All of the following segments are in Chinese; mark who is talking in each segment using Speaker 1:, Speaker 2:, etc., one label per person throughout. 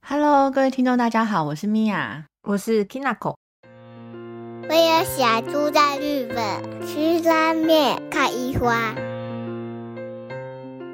Speaker 1: Hello，各位听众，大家好，我是米娅。
Speaker 2: 我是 Kinako。
Speaker 3: 我有小猪在日本吃拉面看樱花，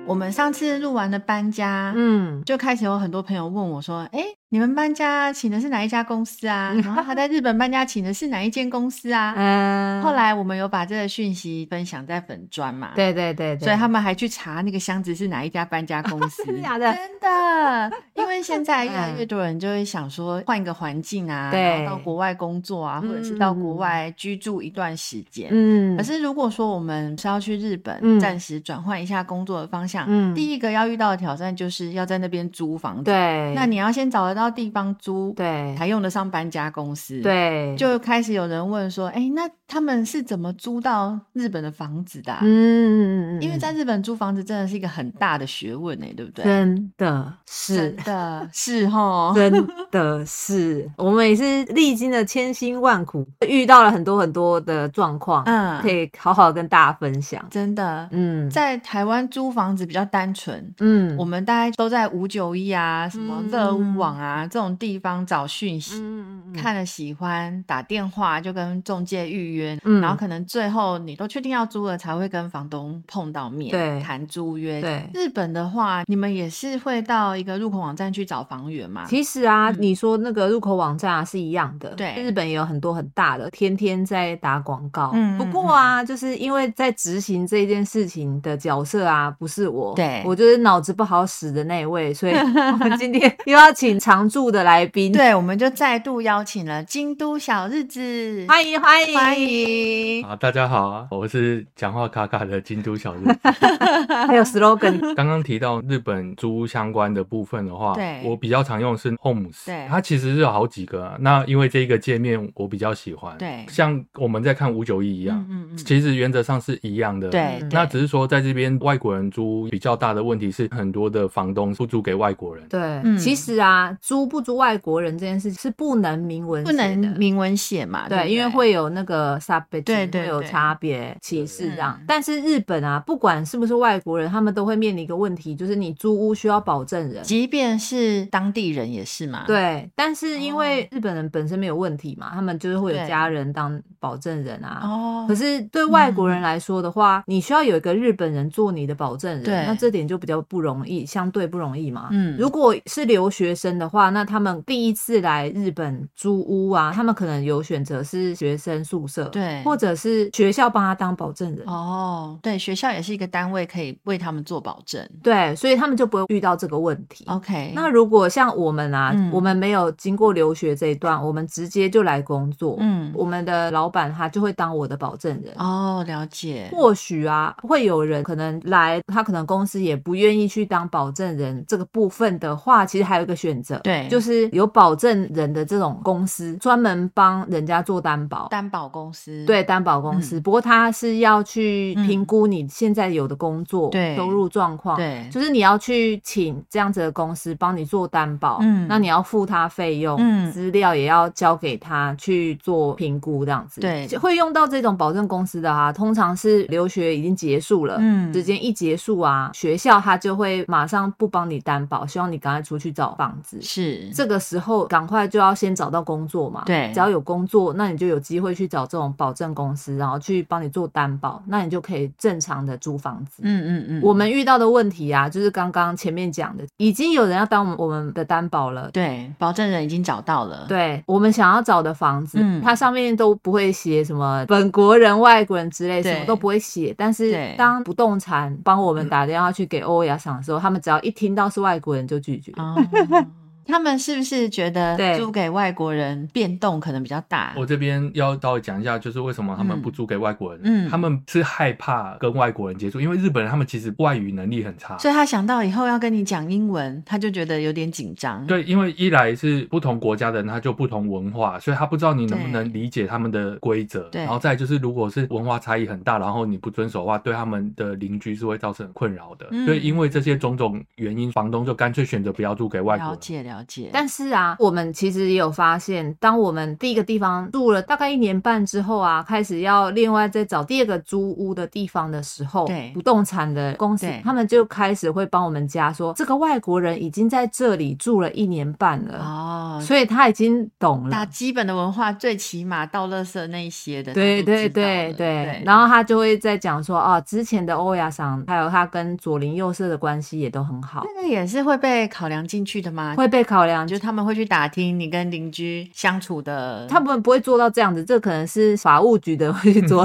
Speaker 1: 我们上次录完了搬家，
Speaker 2: 嗯，
Speaker 1: 就开始有很多朋友问我说：“哎、你们搬家请的是哪一家公司 啊？然后他在日本搬家请的是哪一间公司啊？”
Speaker 2: 嗯
Speaker 1: 后，来我们有把这个讯息分享在粉砖嘛，，
Speaker 2: 对对对对，
Speaker 1: 所以他们还去查那个箱子是哪一家搬家公司。
Speaker 2: 真的 假的
Speaker 1: 真的，因为现在越来越多人就会想说换一个环境啊，
Speaker 2: 对
Speaker 1: 然后到国外工作啊，或者是到国
Speaker 2: 嗯
Speaker 1: 外居住一段时间。
Speaker 2: 嗯，
Speaker 1: 可是如果说我们是要去日本
Speaker 2: 嗯
Speaker 1: 暂时转换一下工作的方向，
Speaker 2: 嗯
Speaker 1: 第一个要遇到的挑战就是要在那边租房子。
Speaker 2: 对，
Speaker 1: 那你要先找得到地方租，
Speaker 2: 对
Speaker 1: 才用得上搬家公司。，
Speaker 2: 对，
Speaker 1: 就开始有人问说，哎、那他们是怎么租到日本的房子的啊、
Speaker 2: 嗯，嗯嗯嗯
Speaker 1: 因为在日本租房子真的是一个很大的学问呢、欸对不对？
Speaker 2: 真的是
Speaker 1: 真。的是哦吼，
Speaker 2: 真的是，我们也是历经了千辛万苦，遇到了很多很多的状况，
Speaker 1: 嗯
Speaker 2: 可，以好好跟大家分享。
Speaker 1: 真的，
Speaker 2: 嗯，
Speaker 1: 在台湾租房子比较单纯，
Speaker 2: 嗯，
Speaker 1: 我
Speaker 2: 们
Speaker 1: 们大概都在五九一啊、什么乐屋网啊、这种地方找讯息，
Speaker 2: 嗯嗯嗯嗯
Speaker 1: 看了喜欢打电话就跟中介预约，
Speaker 2: 嗯
Speaker 1: 然后可能最后你都确定要租了，才会跟房东碰到面，
Speaker 2: 对
Speaker 1: 谈租约。
Speaker 2: 对
Speaker 1: 日本的话，你们也是会到一个入口网站去找房源嘛？
Speaker 2: 其实啊，
Speaker 1: 嗯
Speaker 2: 你说那个入口网站啊是一样的，
Speaker 1: 对
Speaker 2: 日本也有很多很大的，天天在打广告。
Speaker 1: 嗯
Speaker 2: 不过啊，就是因为在执行这件事情的角色啊，不是我，
Speaker 1: 对
Speaker 2: 我就是脑子不好使的那一位， 所以我们今天又要请常驻的来宾，，
Speaker 1: 对，我们就再度邀请了京都小日子，
Speaker 2: 欢迎欢迎
Speaker 1: 欢，迎。嗯
Speaker 4: 啊，大家好啊，我是讲话卡卡的京都小日 子。
Speaker 2: 还有 slogan，
Speaker 4: 刚刚提到日本租屋相关的部分的话
Speaker 1: 对，
Speaker 4: 我比较常用的是 Homes，
Speaker 1: 对
Speaker 4: 它其实是有好几个啊、那因为这个界面我比较喜欢，
Speaker 1: 对
Speaker 4: 像我们在看五九一一样，
Speaker 1: 嗯嗯嗯，
Speaker 4: 其实原则上是一样的，
Speaker 1: 对，
Speaker 2: 嗯
Speaker 4: 那
Speaker 1: 对
Speaker 4: 只是说在这边外国人租屋比较大的问题是很多的房东不租给外国人，
Speaker 2: 对，
Speaker 1: 嗯
Speaker 2: 其实啊，租不租外国人这件事是不能明文
Speaker 1: 不
Speaker 2: 写的
Speaker 1: 能明文写嘛，
Speaker 2: 对，
Speaker 1: 啊不
Speaker 2: 因为会有那个 s u b
Speaker 1: 对对
Speaker 2: 会有
Speaker 1: 对
Speaker 2: 差别歧视这样。
Speaker 1: 嗯
Speaker 2: 但是日本啊，不管是不是外国人，他们都会面临一个问题，就是你租屋需要保证人。
Speaker 1: 即便是当地人也是嘛，，
Speaker 2: 对，但是因
Speaker 1: 哦
Speaker 2: 为日本人本身没有问题嘛，他们就是会有
Speaker 1: 对
Speaker 2: 家人当保证人啊。
Speaker 1: 哦，嗯
Speaker 2: 可
Speaker 1: 是
Speaker 2: 是对外国人来说的话，你需要有一个日本人做你的保证人，
Speaker 1: 对
Speaker 2: 那这点就比较不容易，相对不容易嘛。
Speaker 1: 嗯
Speaker 2: 如果是留学生的话，那他们第一次来日本租屋啊，他们可能有选择是学生宿舍，
Speaker 1: 对
Speaker 2: 或者是学校帮他当保证人。
Speaker 1: 哦，对，学校也是一个单位，可以为他们做保证。
Speaker 2: 对，所以他们就不会遇到这个问题。
Speaker 1: 哦 OK，
Speaker 2: 那如果像我们啊，
Speaker 1: 嗯
Speaker 2: 我们没有经过留学这一段，我们直接就来工作，
Speaker 1: 嗯，
Speaker 2: 我们的老板他就会当我的保证人。
Speaker 1: 哦，了解，
Speaker 2: 或许啊，会有人可能来，他可能公司也不愿意去当保证人这个部分的话，其实还有一个选择，
Speaker 1: 对
Speaker 2: 就是有保证人的这种公司，专门帮人家做担保。
Speaker 1: 担保公司，
Speaker 2: 对担保公
Speaker 1: 嗯
Speaker 2: 司，不过他是要去评估你现在有的工作、
Speaker 1: 对
Speaker 2: 收入状况，，
Speaker 1: 对，
Speaker 2: 就是你要去请这样子的公司帮你做担保，
Speaker 1: 嗯
Speaker 2: 那你要付他费用，
Speaker 1: 嗯
Speaker 2: 资料也要交给他去做评估，这样子，
Speaker 1: 对
Speaker 2: 会用到这种保证公司的啊，通常是留学已经结束了，
Speaker 1: 嗯
Speaker 2: 时间一结束啊，学校他就会马上不帮你担保，希望你赶快出去找房子，
Speaker 1: 是
Speaker 2: 这个时候赶快就要先找到工作嘛。
Speaker 1: 对
Speaker 2: 只要有工作，那你就有机会去找这种保证公司，然后去帮你做担保，那你就可以正常的租房子。
Speaker 1: 嗯嗯嗯，
Speaker 2: 我们遇到的问题啊，就是刚刚前面讲的，已经有人要当我们的担保了。
Speaker 1: 对保证人已经找到了，，
Speaker 2: 对我们想要找的房子，
Speaker 1: 嗯
Speaker 2: 它上面都不会写什么本国人、外国人之类，
Speaker 1: 对
Speaker 2: 什么都不会写。但是
Speaker 1: 对嗯
Speaker 2: 当不动产帮我们打电话去给欧亚赏的时候，他们只要一听到是外国人就拒绝。
Speaker 1: 哦，他们是不是觉得
Speaker 2: 对
Speaker 1: 租给外国人变动可能比较大？
Speaker 4: 我这边要稍微讲一下，就是为什么他们
Speaker 1: 嗯
Speaker 4: 不租给外国人，
Speaker 1: 嗯
Speaker 4: 他们是害怕跟外国人接触，因为日本人他们其实外语能力很差，
Speaker 1: 所以他想到以后要跟你讲英文，他就觉得有点紧张。，
Speaker 4: 对，因为一来是不同国家的人，他就不同文化，所以他不知道你能不能理解他们的规则。
Speaker 1: 对
Speaker 4: 然后再就是，如果是文化差异很大，然后你不遵守的话，对他们的邻居是会造成困扰的。
Speaker 1: 嗯
Speaker 4: 所以因为这些种种原因，房东就干脆选择不要租给外国
Speaker 1: 了
Speaker 4: 人。
Speaker 1: 解了了解。
Speaker 2: 但是啊，我们其实也有发现，当我们第一个地方住了大概一年半之后啊，开始要另外再找第二个租屋的地方的时候，
Speaker 1: 对
Speaker 2: 不动产的公司
Speaker 1: 对
Speaker 2: 他们就开始会帮我们加说，这个外国人已经在这里住了一年半了，
Speaker 1: 哦，
Speaker 2: 所以他已经懂
Speaker 1: 打
Speaker 2: 了。
Speaker 1: 基本的文化，最起码到垃圾那一些的，
Speaker 2: 对
Speaker 1: 他都知
Speaker 2: 对
Speaker 1: 道
Speaker 2: 对
Speaker 1: 了
Speaker 2: 对
Speaker 1: 对，，
Speaker 2: 然后他就会在讲说，哦，之前的欧亚桑，还有他跟左邻右舍的关系也都很好，
Speaker 1: 那个也是会被考量进去的吗？
Speaker 2: 会被考量，
Speaker 1: 啊就
Speaker 2: 就
Speaker 1: 是他们会去打听你跟邻居相处的，
Speaker 2: 他们不会做到这样子，这可能是法务局的会去 做，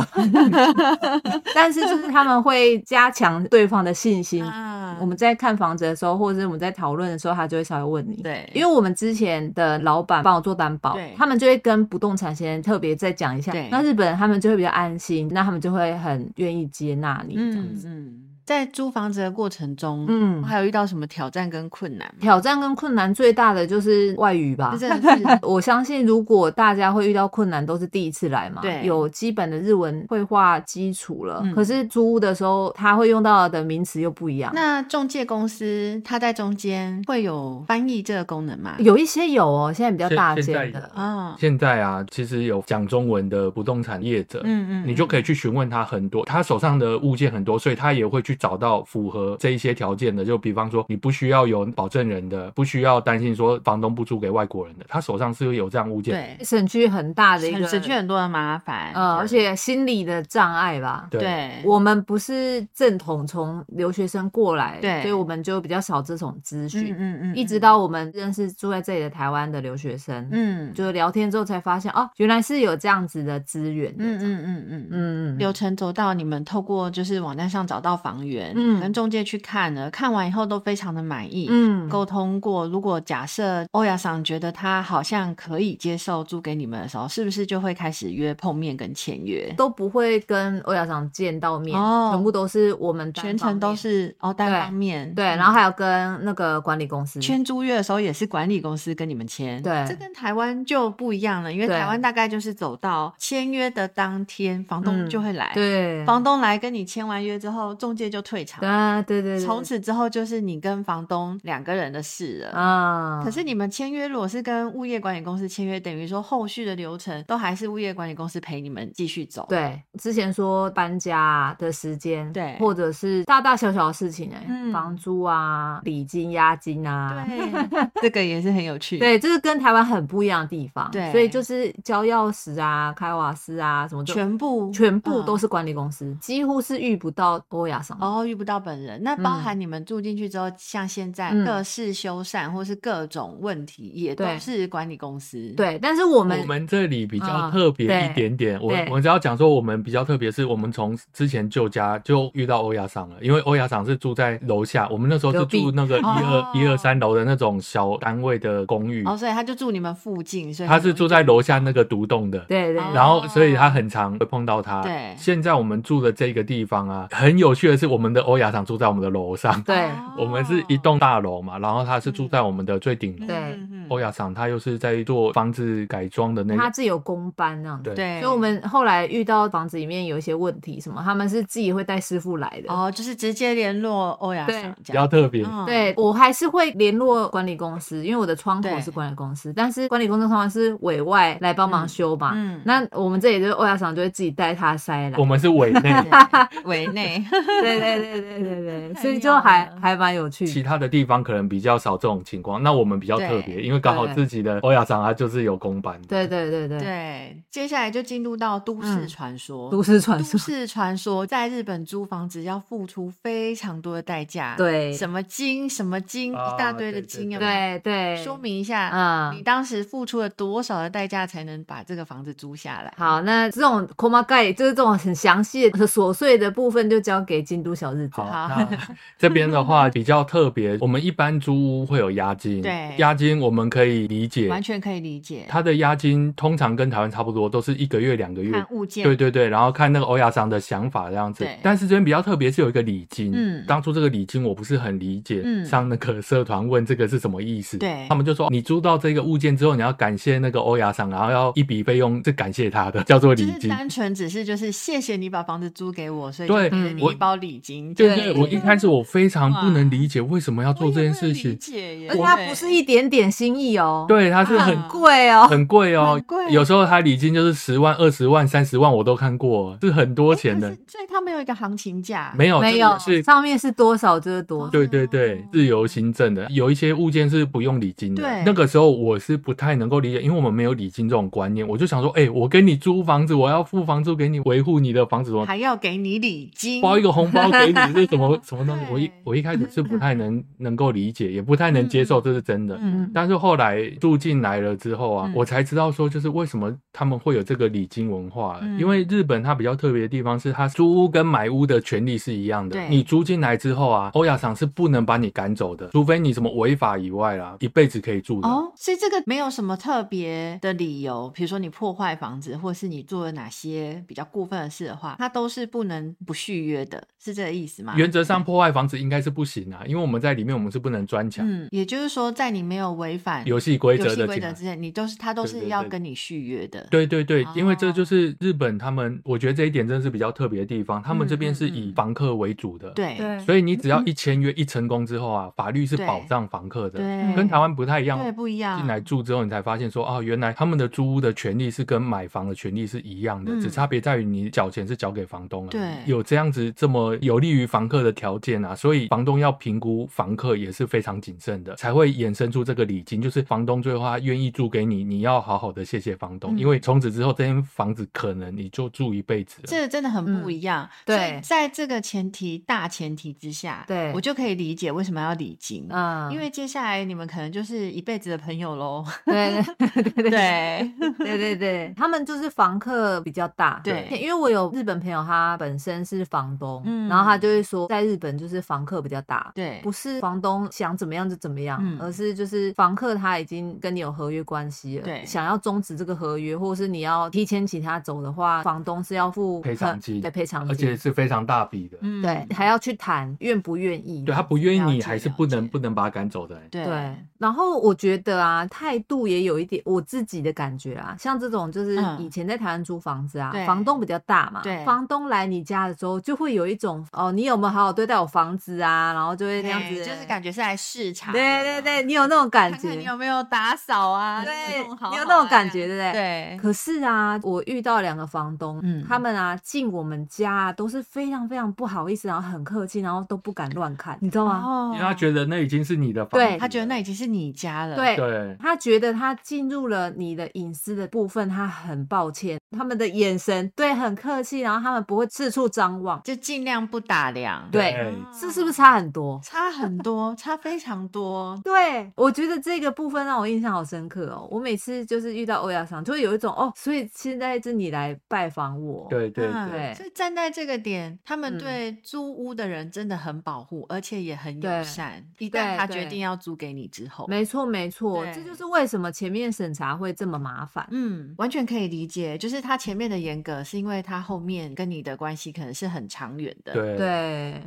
Speaker 2: 但是就是他们会加强对方的信心。
Speaker 1: 啊
Speaker 2: 我们在看房子的时候，或者是我们在讨论的时候，他就会稍微问你。
Speaker 1: 对，
Speaker 2: 因为我们之前的老板帮我做担保
Speaker 1: 对，
Speaker 2: 他们就会跟不动产先特别再讲一下
Speaker 1: 对。
Speaker 2: 那日本人他们就会比较安心，那他们就会很愿意接纳你这样
Speaker 1: 嗯
Speaker 2: 子。
Speaker 1: 嗯，在租房子的过程中，
Speaker 2: 嗯
Speaker 1: 还有遇到什么挑战跟困难吗？
Speaker 2: 挑战跟困难最大的就是外语吧
Speaker 1: 这，真的 是
Speaker 2: 我相信，如果大家会遇到困难，都是第一次来嘛，
Speaker 1: 对
Speaker 2: 有基本的日文绘画基础了。
Speaker 1: 嗯
Speaker 2: 可是租屋的时候，他会用到的名词又不一样。
Speaker 1: 那中介公司它在中间会有翻译这个功能吗？
Speaker 2: 有一些有哦，现在比较
Speaker 4: 现
Speaker 2: 大
Speaker 4: 现在
Speaker 2: 间
Speaker 4: 有
Speaker 2: 的，
Speaker 1: 啊，
Speaker 4: 现在啊，其实有讲中文的不动产业者，
Speaker 1: 嗯嗯，
Speaker 4: 你就可
Speaker 1: 以
Speaker 4: 以去询问他很多，他手上的物件很多，所以他也会去找到符合这一些条件的。就比方说，你不需要有保证人的，不需要担心说房东不租给外国人的，他手上是有这样物件。
Speaker 1: 对，
Speaker 2: 省去很大的一
Speaker 1: 很
Speaker 2: 个
Speaker 1: 省去很多的麻烦，
Speaker 2: 呃，而且心理的障碍吧。
Speaker 4: 对
Speaker 1: 对，
Speaker 2: 我们不是正统从留学生过来，
Speaker 1: 对
Speaker 2: 所以我们就比较少这种资讯。
Speaker 1: 嗯嗯
Speaker 2: 一直到我们认识住在这里的台湾的留学生，
Speaker 1: 嗯，
Speaker 2: 就是聊天之后才发现，哦，原来是有这样子的资源的。
Speaker 1: 嗯嗯嗯嗯嗯。
Speaker 2: 嗯，
Speaker 1: 流程走到你们透过就是网站上找到房源，
Speaker 2: 嗯
Speaker 1: 跟中介去看了，看完以后都非常的满意，
Speaker 2: 嗯
Speaker 1: 沟通过。如果假设欧亚桑觉得他好像可以接受租给你们的时候，是不是就会开始约碰面跟签约？
Speaker 2: 都不会跟欧亚长见到面，
Speaker 1: 哦
Speaker 2: 全部都是我们单
Speaker 1: 全
Speaker 2: 方
Speaker 1: 程都
Speaker 2: 面
Speaker 1: 是哦单
Speaker 2: 对
Speaker 1: 方面
Speaker 2: 对，
Speaker 1: 嗯
Speaker 2: 然后还有跟那个管理公司
Speaker 1: 签租约的时候也是管理公司跟你们签，
Speaker 2: 对
Speaker 1: 这跟台湾就不一样了，因为
Speaker 2: 对
Speaker 1: 台湾大概就是走到签约的当天，房东
Speaker 2: 嗯
Speaker 1: 就会来，
Speaker 2: 对，
Speaker 1: 房东来跟你签完约之后，中介就退场，
Speaker 2: 啊，对对对，
Speaker 1: 从此之后就是你跟房东两个人的事了。
Speaker 2: 啊，
Speaker 1: 可是你们签约如果是跟物业管理公司签约，等于说后续的流程都还是物业管理公司陪你们继续走。，
Speaker 2: 对之前说搬家的时间，
Speaker 1: 对
Speaker 2: 或者是大大小小的事情、欸，
Speaker 1: 嗯
Speaker 2: 房租啊、礼金、押金啊。
Speaker 1: 对，这个也是很有趣。，
Speaker 2: 对，这是跟台湾很不一样的地方，
Speaker 1: 对
Speaker 2: 所以就是交钥匙啊、开瓦斯啊什么的，
Speaker 1: 全部
Speaker 2: 全部
Speaker 1: 嗯
Speaker 2: 都是管理公司，几乎是遇不到欧亚商。
Speaker 1: 哦，遇不到本人，那包
Speaker 2: 嗯
Speaker 1: 含你们住进去之后，像现在
Speaker 2: 嗯
Speaker 1: 各式修缮或是各种问题，也都
Speaker 2: 对
Speaker 1: 是管理公司。，
Speaker 2: 对，但是我们
Speaker 1: 哦
Speaker 4: 我们这里比较
Speaker 2: 啊
Speaker 4: 特别
Speaker 2: 对
Speaker 4: 一点点，我
Speaker 2: 对
Speaker 4: 我只要讲说我们比较特别，是我们从之前旧家就遇到欧亚赏了，因为欧亚赏是住在楼下，我们那时候是
Speaker 2: 隔壁
Speaker 4: 住那个一
Speaker 1: 哦
Speaker 4: 二一二三楼的那种小单位的公寓，
Speaker 1: 哦，所以他就住你们附近，所以哦
Speaker 4: 他
Speaker 1: 很
Speaker 4: 是
Speaker 1: 容易
Speaker 4: 住在楼下那个独栋的，
Speaker 2: 对对
Speaker 1: 哦
Speaker 4: 然后，所以他很常会碰到他。
Speaker 1: 对
Speaker 4: 现在我们住的这个地方啊，很有趣的是，我们的欧亚厂住在我们的楼上，
Speaker 2: 对
Speaker 1: 哦
Speaker 4: 我们是一栋大楼嘛，然后他是住在我们的最顶楼。
Speaker 1: 嗯
Speaker 2: 对
Speaker 1: 嗯嗯
Speaker 4: 欧亚厂他又是在做房子改装的那
Speaker 2: 他
Speaker 4: 个，
Speaker 2: 自己有公班那样子。
Speaker 4: 对
Speaker 1: 对，
Speaker 2: 所以我们后来遇到房子里面有一些问题，什么他们是自己会带师傅来的。
Speaker 1: 哦，就是直接联络欧亚
Speaker 2: 对
Speaker 1: 厂这
Speaker 4: 比较
Speaker 1: 样。
Speaker 4: 特别。
Speaker 1: 嗯，
Speaker 2: 对 我还是会联络管理公司，因为我的窗口
Speaker 1: 对
Speaker 2: 是管理公司，但是管理公司通常是委外来帮忙修嘛。
Speaker 1: 嗯嗯
Speaker 2: 那我们这里就是欧亚厂就会自己带他塞来
Speaker 4: 我。们是委内，
Speaker 1: 对，围内
Speaker 2: 对对对对对对，所以
Speaker 1: 太
Speaker 2: 就
Speaker 1: 妙
Speaker 2: 还
Speaker 1: 了
Speaker 2: 还蛮有趣
Speaker 4: 其
Speaker 2: 的。
Speaker 4: 他的地方可能比较少这种情况。那我们比较特别，
Speaker 1: 对
Speaker 4: 因为刚好
Speaker 2: 对
Speaker 4: 自己的欧亚厂它就是有公版的。
Speaker 2: 对对对对，
Speaker 1: 对，接下来就进入到都市
Speaker 2: 嗯
Speaker 1: 传说。
Speaker 2: 都市传
Speaker 1: 都
Speaker 2: 说。
Speaker 1: 市传说，在日本租房子要付出非常多的代价，，
Speaker 2: 对
Speaker 1: 什么金什么金，
Speaker 4: 啊
Speaker 1: 一大堆的
Speaker 4: 对对
Speaker 1: 金，有没有
Speaker 2: 对对，
Speaker 1: 说明一下，
Speaker 2: 嗯
Speaker 1: 你当时付出了多少的代价才能把这个房子租下来？
Speaker 2: 好，
Speaker 4: 嗯
Speaker 2: 那这种 k o m a g a i 就是这种很详细的琐碎的部分，就交给京都小日子。
Speaker 4: 好，
Speaker 1: 好
Speaker 4: 那这边的话比较特别，我们一般租屋会有押金，
Speaker 1: 对
Speaker 4: 押金我们们可以理解，
Speaker 1: 完全可以理解。
Speaker 4: 它的押金通常跟台湾差不多，都是一个月、两个月。
Speaker 1: 看物件，
Speaker 4: 对对对，然后看那个欧亚商的想法这样子
Speaker 1: 对。
Speaker 4: 但是这边比较特别是有一个礼金，
Speaker 1: 嗯
Speaker 4: 当初这个礼金我不是很理解，
Speaker 1: 嗯
Speaker 4: 上那个社团问这个是什么意思，
Speaker 1: 对
Speaker 4: 他们就说你租到这个物件之后，你要感谢那个欧亚商，然后要一笔费用是感谢他的，叫做礼
Speaker 1: 就是
Speaker 4: 金。
Speaker 1: 单纯只是就是谢谢你把房子租给我，所以就
Speaker 4: 对
Speaker 1: 给了你
Speaker 4: 我
Speaker 1: 一包礼金。
Speaker 4: 对
Speaker 2: 对
Speaker 4: 对，我一开始我非常不能理解为什么要
Speaker 1: 我
Speaker 4: 做
Speaker 1: 也
Speaker 4: 这件
Speaker 1: 不能
Speaker 4: 事
Speaker 1: 理
Speaker 4: 情，
Speaker 1: 解耶
Speaker 2: 而且它不是一点点心意哦，，
Speaker 4: 对，它是
Speaker 1: 啊
Speaker 4: 很
Speaker 2: 贵哦，
Speaker 4: 很贵哦
Speaker 1: 很贵，
Speaker 4: 有时候它礼金就是十万、二十万、三十万，我都看过，是很多钱的
Speaker 1: 可。哎是所以它没有一个行情价，
Speaker 4: 没有，
Speaker 2: 没
Speaker 4: 这
Speaker 2: 有
Speaker 4: 个是，
Speaker 2: 上面是多少就是多少，
Speaker 4: 对对对，自由行政的有一些物件是不用礼金的
Speaker 1: 嗯对。
Speaker 4: 那个时候我是不太能够理解，因为我们没有礼金这种观念，我就想说，哎，我跟你租房子，我要付房租给你，维护你的房子，什么
Speaker 1: 还要给你礼金，
Speaker 4: 包一个红包给你，这什 么什么东西？我一
Speaker 1: 对
Speaker 4: 我一开始是不太能能够理解，也不太能接受，这是真的。
Speaker 1: 嗯，
Speaker 4: 但是后来住进来了之后啊，
Speaker 1: 嗯
Speaker 4: 我才知道说，就是为什么他们会有这个礼金文化、啊
Speaker 1: 嗯
Speaker 4: 因为日本它比较特别的地方是，它租屋跟买屋的权利是一样的
Speaker 1: 对。
Speaker 4: 你租进来之后啊，欧亚厂是不能把你赶走的，除非你什么违法以外啦，一辈子可以住的。
Speaker 1: 哦，所以这个没有什么特别的理由，比如说你破坏房子，或是你做了哪些比较过分的事的话，它都是不能不续约的，是这个意思吗？
Speaker 4: 原则上破坏房子应该是不行啊，因为我们在里面我们是不能钻墙，
Speaker 1: 嗯，也就是说，在你没有违反
Speaker 4: 游戏规
Speaker 1: 游
Speaker 4: 则
Speaker 1: 戏
Speaker 4: 的
Speaker 1: 规
Speaker 4: 进
Speaker 1: 则
Speaker 4: 来。
Speaker 1: 之前，你都是他都
Speaker 4: 对
Speaker 1: 是
Speaker 4: 对
Speaker 1: 要
Speaker 4: 对
Speaker 1: 跟你续约的。
Speaker 4: 对对对
Speaker 1: 哦，
Speaker 4: 因为这就是日本他们，我觉得这一点真的是比较特别的地方。他们这
Speaker 1: 嗯
Speaker 4: 边是以房客为主的，
Speaker 1: 对对嗯
Speaker 2: 对，
Speaker 4: 所以你只要一签约一成功之后啊，法律是保障房客的，
Speaker 1: 对，
Speaker 4: 跟台湾不太一样。
Speaker 1: 对不一样，
Speaker 4: 进来住之后，你才发现说，哦，原来他们的租屋的权利是跟买房的权利是一样的，
Speaker 1: 嗯
Speaker 4: 只差别在于你缴钱是缴给房东了。
Speaker 1: 对
Speaker 4: 有这样子这么有利于房客的条件啊，所以房东要评估房客也是非常谨慎的，才会衍生出这个礼金，就是房东最后他愿意租给你，你要好好的谢谢房东，
Speaker 1: 嗯
Speaker 4: 因为从此之后这间房子可能你就住一辈子了。
Speaker 1: 这真的很不一样。
Speaker 2: 嗯
Speaker 1: 所以
Speaker 2: 对
Speaker 1: 在这个前提大前提之下，
Speaker 2: 对
Speaker 1: 我就可以理解为什么要礼金，
Speaker 2: 嗯，
Speaker 1: 因为接下来你们可能就是一辈子的朋友喽。
Speaker 2: 对 对对 对
Speaker 1: 对，
Speaker 2: 对对对，他们就是房客比较大。
Speaker 1: 对
Speaker 2: 因为我有日本朋友，他本身是房东，
Speaker 1: 嗯
Speaker 2: 然后他就会说，在日本就是房客比较大。
Speaker 1: 对
Speaker 2: 不是房东想怎么样就怎么样，
Speaker 1: 嗯
Speaker 2: 而是就是房客他已经跟你有合约关系了，
Speaker 1: 对
Speaker 2: 想要终止这个合约，或者是你要提前请他走的话，房东是要付
Speaker 4: 赔偿金
Speaker 2: 对赔偿
Speaker 4: 而且
Speaker 2: 金，
Speaker 4: 是非常大笔的，
Speaker 1: 嗯
Speaker 2: 对，还要去谈愿不愿意。
Speaker 4: 对他不愿意
Speaker 1: 了
Speaker 4: 你
Speaker 1: 解
Speaker 4: 还是
Speaker 1: 了
Speaker 4: 不能
Speaker 1: 解
Speaker 4: 不能把他赶走的、欸。
Speaker 1: 对
Speaker 2: 对，然后我觉得啊，态度也有一点我自己的感觉啊，像这种就是
Speaker 1: 嗯
Speaker 2: 以前在台湾租房子啊，
Speaker 1: 对
Speaker 2: 房东比较大嘛，
Speaker 1: 对
Speaker 2: 房东来你家的时候就会有一种哦，你有没有好好对待我房子啊，然后就会
Speaker 1: 对，
Speaker 2: 这样子，
Speaker 1: 就是感觉是来视察的嘛，
Speaker 2: 对对对，你有那种感
Speaker 1: 看
Speaker 2: 觉，
Speaker 1: 看你有没有打扫啊，
Speaker 2: 对，
Speaker 1: 弄好
Speaker 2: 你有
Speaker 1: 好
Speaker 2: 那种
Speaker 1: 啊
Speaker 2: 感觉，对不对？
Speaker 1: 对，
Speaker 2: 可是啊，我遇到两个房东，
Speaker 1: 嗯
Speaker 2: 他们啊进我们家、啊、都是非常非常不好意思，然后很客气，然后都不敢乱看，你知道吗？
Speaker 1: 哦
Speaker 4: 因为他觉得那已经是你的房
Speaker 2: 对
Speaker 4: 子
Speaker 1: 他觉得
Speaker 4: 了
Speaker 1: 那已经是你家了，
Speaker 2: 对
Speaker 4: 对，
Speaker 2: 他觉得他进入了你的隐私的部分，他很抱歉，他们的眼神对很客气，然后他们不会四处张望，
Speaker 1: 就尽量不打量。哦
Speaker 2: 对这是不是差很多？
Speaker 1: 差很多，差非常多。
Speaker 2: 对，我觉得这个部分让我印象好深刻哦。我每次就是遇到欧亚桑，就会有一种哦，所以现在是你来拜访我，
Speaker 4: 对对
Speaker 1: 嗯
Speaker 4: 对，
Speaker 2: 对
Speaker 1: 所以站在这个点，他们
Speaker 2: 嗯
Speaker 1: 对租屋的人真的很保护，而且也很友
Speaker 2: 对
Speaker 1: 善。一
Speaker 2: 对
Speaker 1: 旦他
Speaker 2: 对
Speaker 1: 决定要租给你之后，
Speaker 2: 没错没错，
Speaker 1: 对
Speaker 2: 这就是为什么前面审查会这么麻烦。
Speaker 1: 嗯，完全可以理解。就是他前面的严格，是因为他后面跟你的关系可能是很长远的。。
Speaker 4: 对
Speaker 2: 对，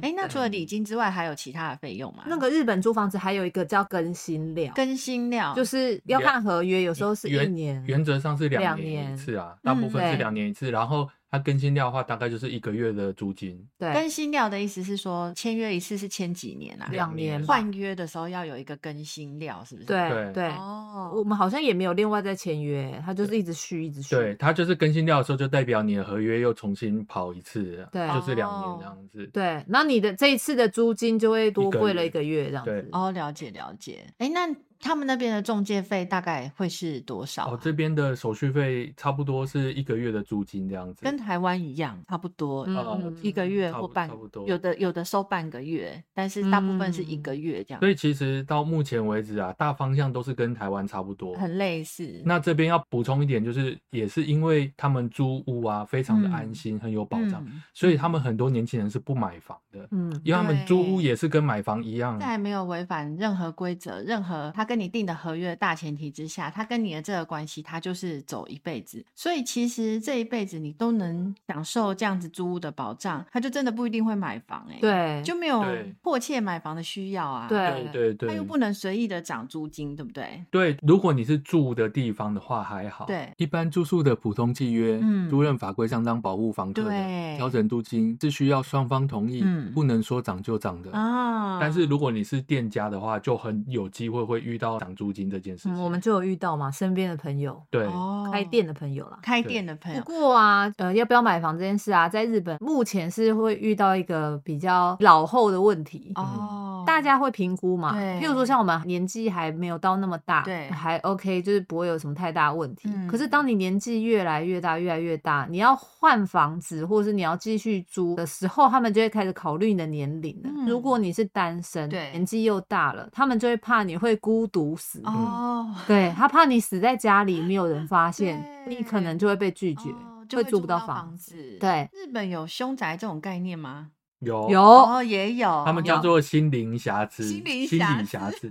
Speaker 1: 哎，那除了礼金之外，还有其他的费用吗？
Speaker 2: 那个日本租房子还有一个叫更新料，
Speaker 1: 更新料
Speaker 2: 就是要看合约，有时候是一年。
Speaker 4: 原则上是两
Speaker 2: 两
Speaker 4: 年
Speaker 2: 年
Speaker 4: 一次啊，大部分
Speaker 2: 对
Speaker 4: 是两年一次。然后它更新料的话，大概就是一个月的租金，
Speaker 2: 对
Speaker 1: 更新料的意思是说，签约一次是签几年啊？
Speaker 2: 两年吧
Speaker 1: 换约的时候要有一个更新料，是不是？。
Speaker 2: 对
Speaker 4: 对
Speaker 2: 对，
Speaker 1: 哦，
Speaker 2: 我们好像也没有另外再签约，他就是一直续一直续。
Speaker 4: 对，它就是更新料的时候，就代表你的合约又重新跑一次，
Speaker 2: 对
Speaker 4: 就是两
Speaker 1: 哦
Speaker 4: 年这样子。
Speaker 2: 对，啊那你的这一次的租金就会多
Speaker 4: 一个
Speaker 2: 贵了
Speaker 4: 月
Speaker 2: 一个月这样
Speaker 4: 对
Speaker 2: 子。
Speaker 1: 哦，了解了解。哎，那他们那边的中介费大概会是多少啊、
Speaker 4: 哦，这边的手续费差不多是一个月的租金这样子，
Speaker 1: 跟台湾一样，差不多、
Speaker 2: 嗯
Speaker 4: 哦
Speaker 1: 一个月
Speaker 4: 差
Speaker 1: 或
Speaker 4: 不
Speaker 1: 半，
Speaker 4: 差不多嗯
Speaker 1: 有的有的收半个月，但是大部分是一个月这样，
Speaker 4: 所以其实到目前为止啊，大方向都是跟台湾差不多。
Speaker 1: 很类似。
Speaker 4: 那这边要补充一点，就是也是因为他们租屋啊，非常的安心，很有保障，
Speaker 1: 嗯
Speaker 4: 所以他们很多年轻人是不买房的。
Speaker 2: 嗯，
Speaker 4: 因为他们
Speaker 1: 对
Speaker 4: 租屋也是跟买房一样，
Speaker 1: 在没有违反任何规则、任何他跟跟你定的合约的大前提之下，他跟你的这个关系，他就是走一辈子。所以其实这一辈子你都能享受这样子租屋的保障，他就真的不一定会买房哎、欸，，
Speaker 2: 对，
Speaker 1: 就没有
Speaker 4: 对
Speaker 1: 迫切买房的需要啊。
Speaker 2: 对
Speaker 4: 对对对，
Speaker 1: 他又不能随意的涨租金，对不对？
Speaker 4: 对，如果你是住的地方的话还好。
Speaker 1: 对
Speaker 5: 一般住宿的普通契约，
Speaker 1: 嗯
Speaker 5: 租赁法规相当保护房客的
Speaker 1: 对，
Speaker 5: 调整租金是需要双方同意，
Speaker 1: 嗯
Speaker 5: 不能说涨就涨的。
Speaker 1: 啊，
Speaker 4: 但是如果你是店家的话，就很有机会会遇到涨租金这件事
Speaker 2: 嗯，
Speaker 4: 情。
Speaker 2: 我们就有遇到嘛，身边的朋友，
Speaker 4: 对，
Speaker 1: 哦
Speaker 2: 开店的朋友啦。
Speaker 1: 开店的朋
Speaker 2: 不
Speaker 1: 友，
Speaker 2: 过啊，呃，要不要买房这件事啊，在日本目前是会遇到一个比较老后的问题。
Speaker 4: 嗯
Speaker 1: 哦，
Speaker 2: 大家会评估嘛？
Speaker 1: 对
Speaker 2: 譬如说像我们年纪还没有到那么大，
Speaker 1: 对
Speaker 2: 还 OK，就是不会有什么太大问题。
Speaker 1: 嗯
Speaker 2: 可是当你年纪越来越大、越来越大，你要换房子或者是你要继续租的时候，他们就会开始考虑你的年龄了。
Speaker 1: 嗯
Speaker 2: 如果你是单身，
Speaker 1: 对
Speaker 2: 年纪又大了，他们就会怕你会孤独死。
Speaker 1: 哦，
Speaker 4: 嗯
Speaker 2: 对他怕你死在家里，没有人发现，
Speaker 1: 对
Speaker 2: 你可能就会被拒绝，
Speaker 1: 哦就会
Speaker 2: 租
Speaker 1: 不
Speaker 2: 到
Speaker 1: 房
Speaker 2: 子。
Speaker 1: 子。
Speaker 2: 对
Speaker 1: 日本有凶宅这种概念吗？
Speaker 4: 有
Speaker 2: 有、
Speaker 1: 哦，也有，
Speaker 4: 他们叫做心灵瑕疵，
Speaker 1: 心灵
Speaker 4: 心
Speaker 1: 瑕
Speaker 4: 理
Speaker 1: 疵
Speaker 4: 瑕 疵，